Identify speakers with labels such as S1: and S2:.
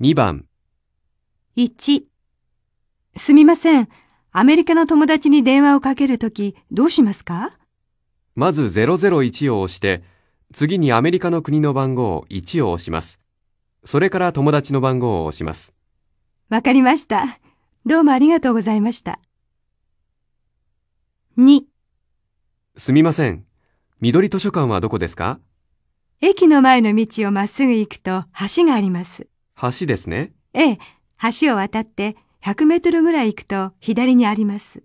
S1: 2番、
S2: 1すみません。アメリカの友達に電話をかけるときどうしますか
S1: まず001を押して、次にアメリカの国の番号1を押します。それから友達の番号を押します。
S2: わかりました。どうもありがとうございました。2
S1: すみません。緑図書館はどこですか
S2: 駅の前の道をまっすぐ行くと橋があります。
S1: 橋ですね。
S2: ええ、橋を渡って100メートルぐらい行くと左にあります。